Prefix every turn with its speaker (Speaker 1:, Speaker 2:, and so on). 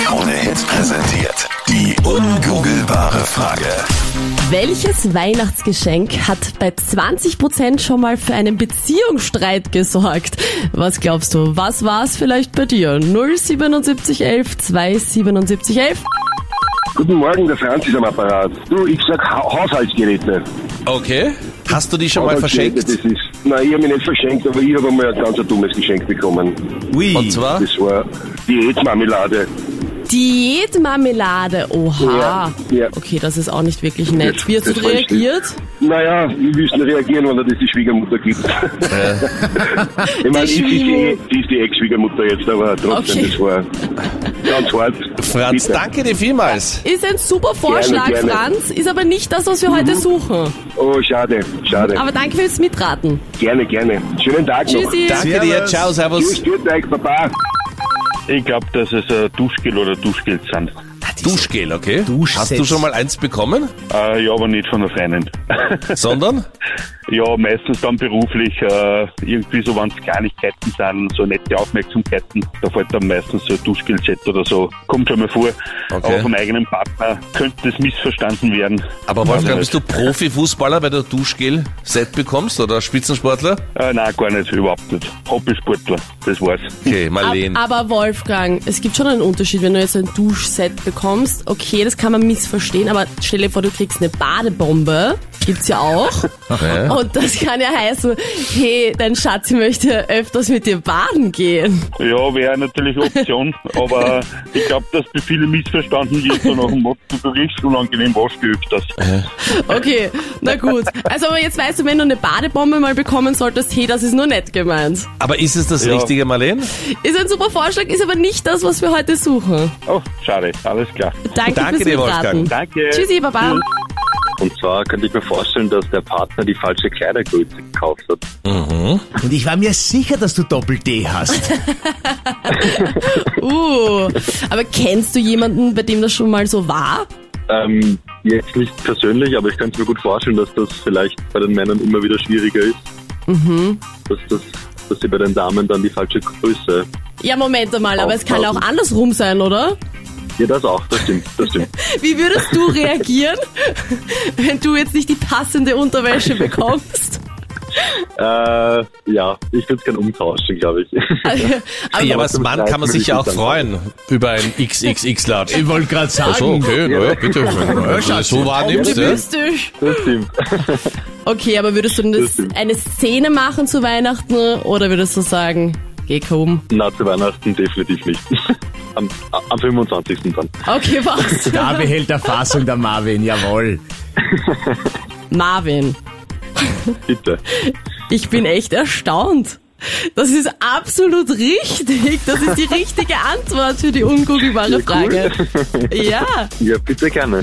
Speaker 1: Krone Hits präsentiert die ungoogelbare Frage.
Speaker 2: Welches Weihnachtsgeschenk hat bei 20% schon mal für einen Beziehungsstreit gesorgt? Was glaubst du? Was war es vielleicht bei dir? 07711 27711?
Speaker 3: Guten Morgen, der Franz ist am Apparat. Du, ich sag ha Haushaltsgeräte.
Speaker 4: Okay. Hast du die schon mal
Speaker 3: Haushaltsgeräte,
Speaker 4: verschenkt?
Speaker 3: Das ist, nein, ich habe mich nicht verschenkt, aber ich habe mal ein ganz ein dummes Geschenk bekommen.
Speaker 4: Ui. Und zwar?
Speaker 3: Das war Diätmarmelade.
Speaker 2: Diätmarmelade, oha.
Speaker 3: Ja, ja.
Speaker 2: Okay, das ist auch nicht wirklich nett.
Speaker 3: Das-
Speaker 2: Wie hast du
Speaker 3: das war ein
Speaker 2: reagiert?
Speaker 3: Naja, wir müssen reagieren, wenn er das die Schwiegermutter gibt. ich
Speaker 2: Die
Speaker 3: meine, ich- sie ist
Speaker 2: Schwiegermutter.
Speaker 3: die, sie ist die Ex-Schwiegermutter jetzt, aber trotzdem,
Speaker 2: Okay.
Speaker 3: das war ganz hart.
Speaker 4: Franz,
Speaker 3: Bitte.
Speaker 4: danke dir vielmals.
Speaker 2: Ist ein super Vorschlag,
Speaker 3: gerne. Mhm.
Speaker 2: Franz, ist aber nicht das, was wir heute suchen.
Speaker 3: Oh, schade, schade.
Speaker 2: Aber danke fürs Mitraten.
Speaker 3: gerne, gerne. Schönen Tag
Speaker 2: Tschüssi.
Speaker 4: Danke dir.
Speaker 5: Servus.
Speaker 4: Ciao,
Speaker 3: noch.
Speaker 4: servus.
Speaker 3: Tschüss, guten Tag, Baba.
Speaker 6: Ich glaube, dass es ein Duschgel oder Duschgeld sind.
Speaker 4: Duschgel, okay.
Speaker 5: Duschsets.
Speaker 4: Hast du schon mal eins bekommen?
Speaker 6: Äh, ja, aber nicht von der Freundin.
Speaker 4: Sondern?
Speaker 6: ja, meistens dann beruflich. Äh, irgendwie so, wenn es Kleinigkeiten sind, so nette Aufmerksamkeiten, da fällt dann meistens so ein Duschgeldset oder so. Kommt schon mal vor. Aber vom eigenen Partner könnte es missverstanden werden.
Speaker 4: Aber Wolfgang, bist du Profifußballer, weil du Duschgel-Set bekommst oder Spitzensportler?
Speaker 6: Äh, nein, gar nicht, überhaupt nicht. Hobbysportler, das war's.
Speaker 4: Okay,
Speaker 2: Ab,
Speaker 4: Marleen.
Speaker 2: aber Wolfgang, es gibt schon einen Unterschied, wenn du jetzt ein Duschset bekommst. Okay, das kann man missverstehen, aber stell dir vor, du kriegst eine Badebombe. Gibt's ja auch.
Speaker 4: Ja.
Speaker 2: Und das kann ja heißen, hey, dein Schatz ich möchte öfters mit dir baden gehen.
Speaker 6: Ja, wäre natürlich eine Option, aber ich glaube, dass bei vielen missverstanden wird, so nach dem Motto, du riechst unangenehm, wasch dich öfters.
Speaker 2: Okay, na gut. Also aber jetzt weißt du, wenn du eine Badebombe mal bekommen solltest, hey, das ist nur nett gemeint.
Speaker 4: Aber ist es das
Speaker 6: Ja.
Speaker 4: Richtige, Marleen?
Speaker 2: Ist ein super Vorschlag, ist aber nicht das, was wir heute suchen.
Speaker 6: Oh, schade, alles klar.
Speaker 2: Danke,
Speaker 4: Danke
Speaker 2: fürs
Speaker 4: dir,
Speaker 2: Mitraten.
Speaker 4: Wolfgang.
Speaker 6: Danke.
Speaker 2: Tschüssi, Baba.
Speaker 7: Und zwar könnte ich mir vorstellen, dass der Partner die falsche Kleidergröße gekauft hat.
Speaker 5: Mhm. Und ich war mir sicher, dass du Doppel-D hast.
Speaker 2: Uh, aber kennst du jemanden, bei dem das schon mal so war?
Speaker 7: Ähm, jetzt nicht persönlich, aber ich könnte mir gut vorstellen, dass das vielleicht bei den Männern immer wieder schwieriger ist. Dass, das, dass sie bei den Damen dann die falsche Größe.
Speaker 2: Ja, Moment einmal, aber es kann auch
Speaker 7: Aufpassen.
Speaker 2: andersrum sein, oder?
Speaker 7: Ja, das auch, das stimmt, das stimmt.
Speaker 2: Wie würdest du reagieren, wenn du jetzt nicht die passende Unterwäsche bekommst?
Speaker 7: äh, ja, ich würde es gerne umtauschen, glaube ich.
Speaker 2: Aber
Speaker 4: Ja, aber als
Speaker 7: tut mir
Speaker 4: Mann
Speaker 7: leid,
Speaker 4: kann man
Speaker 7: würde
Speaker 4: sich
Speaker 7: ich
Speaker 4: ja auch
Speaker 7: nicht
Speaker 4: freuen über ein XXX-Latsch.
Speaker 5: Ich wollte gerade sagen.
Speaker 4: Achso, okay, naja, bitte. Wenn du so wahrnimmst, ja.
Speaker 2: optimistisch.
Speaker 7: Das stimmt.
Speaker 2: Okay, aber würdest du denn das, eine Szene machen zu Weihnachten oder würdest du sagen, geh kaum?
Speaker 7: Na, zu Weihnachten definitiv nicht. Am, am 25. dann.
Speaker 2: Okay, was?
Speaker 5: Da behält der Fassung der Marvin, jawohl.
Speaker 2: Marvin,
Speaker 7: Bitte.
Speaker 2: ich bin echt erstaunt. Das ist absolut richtig. Das ist die richtige Antwort für die ungoogelbare Frage. Ja.
Speaker 7: Ja, bitte gerne.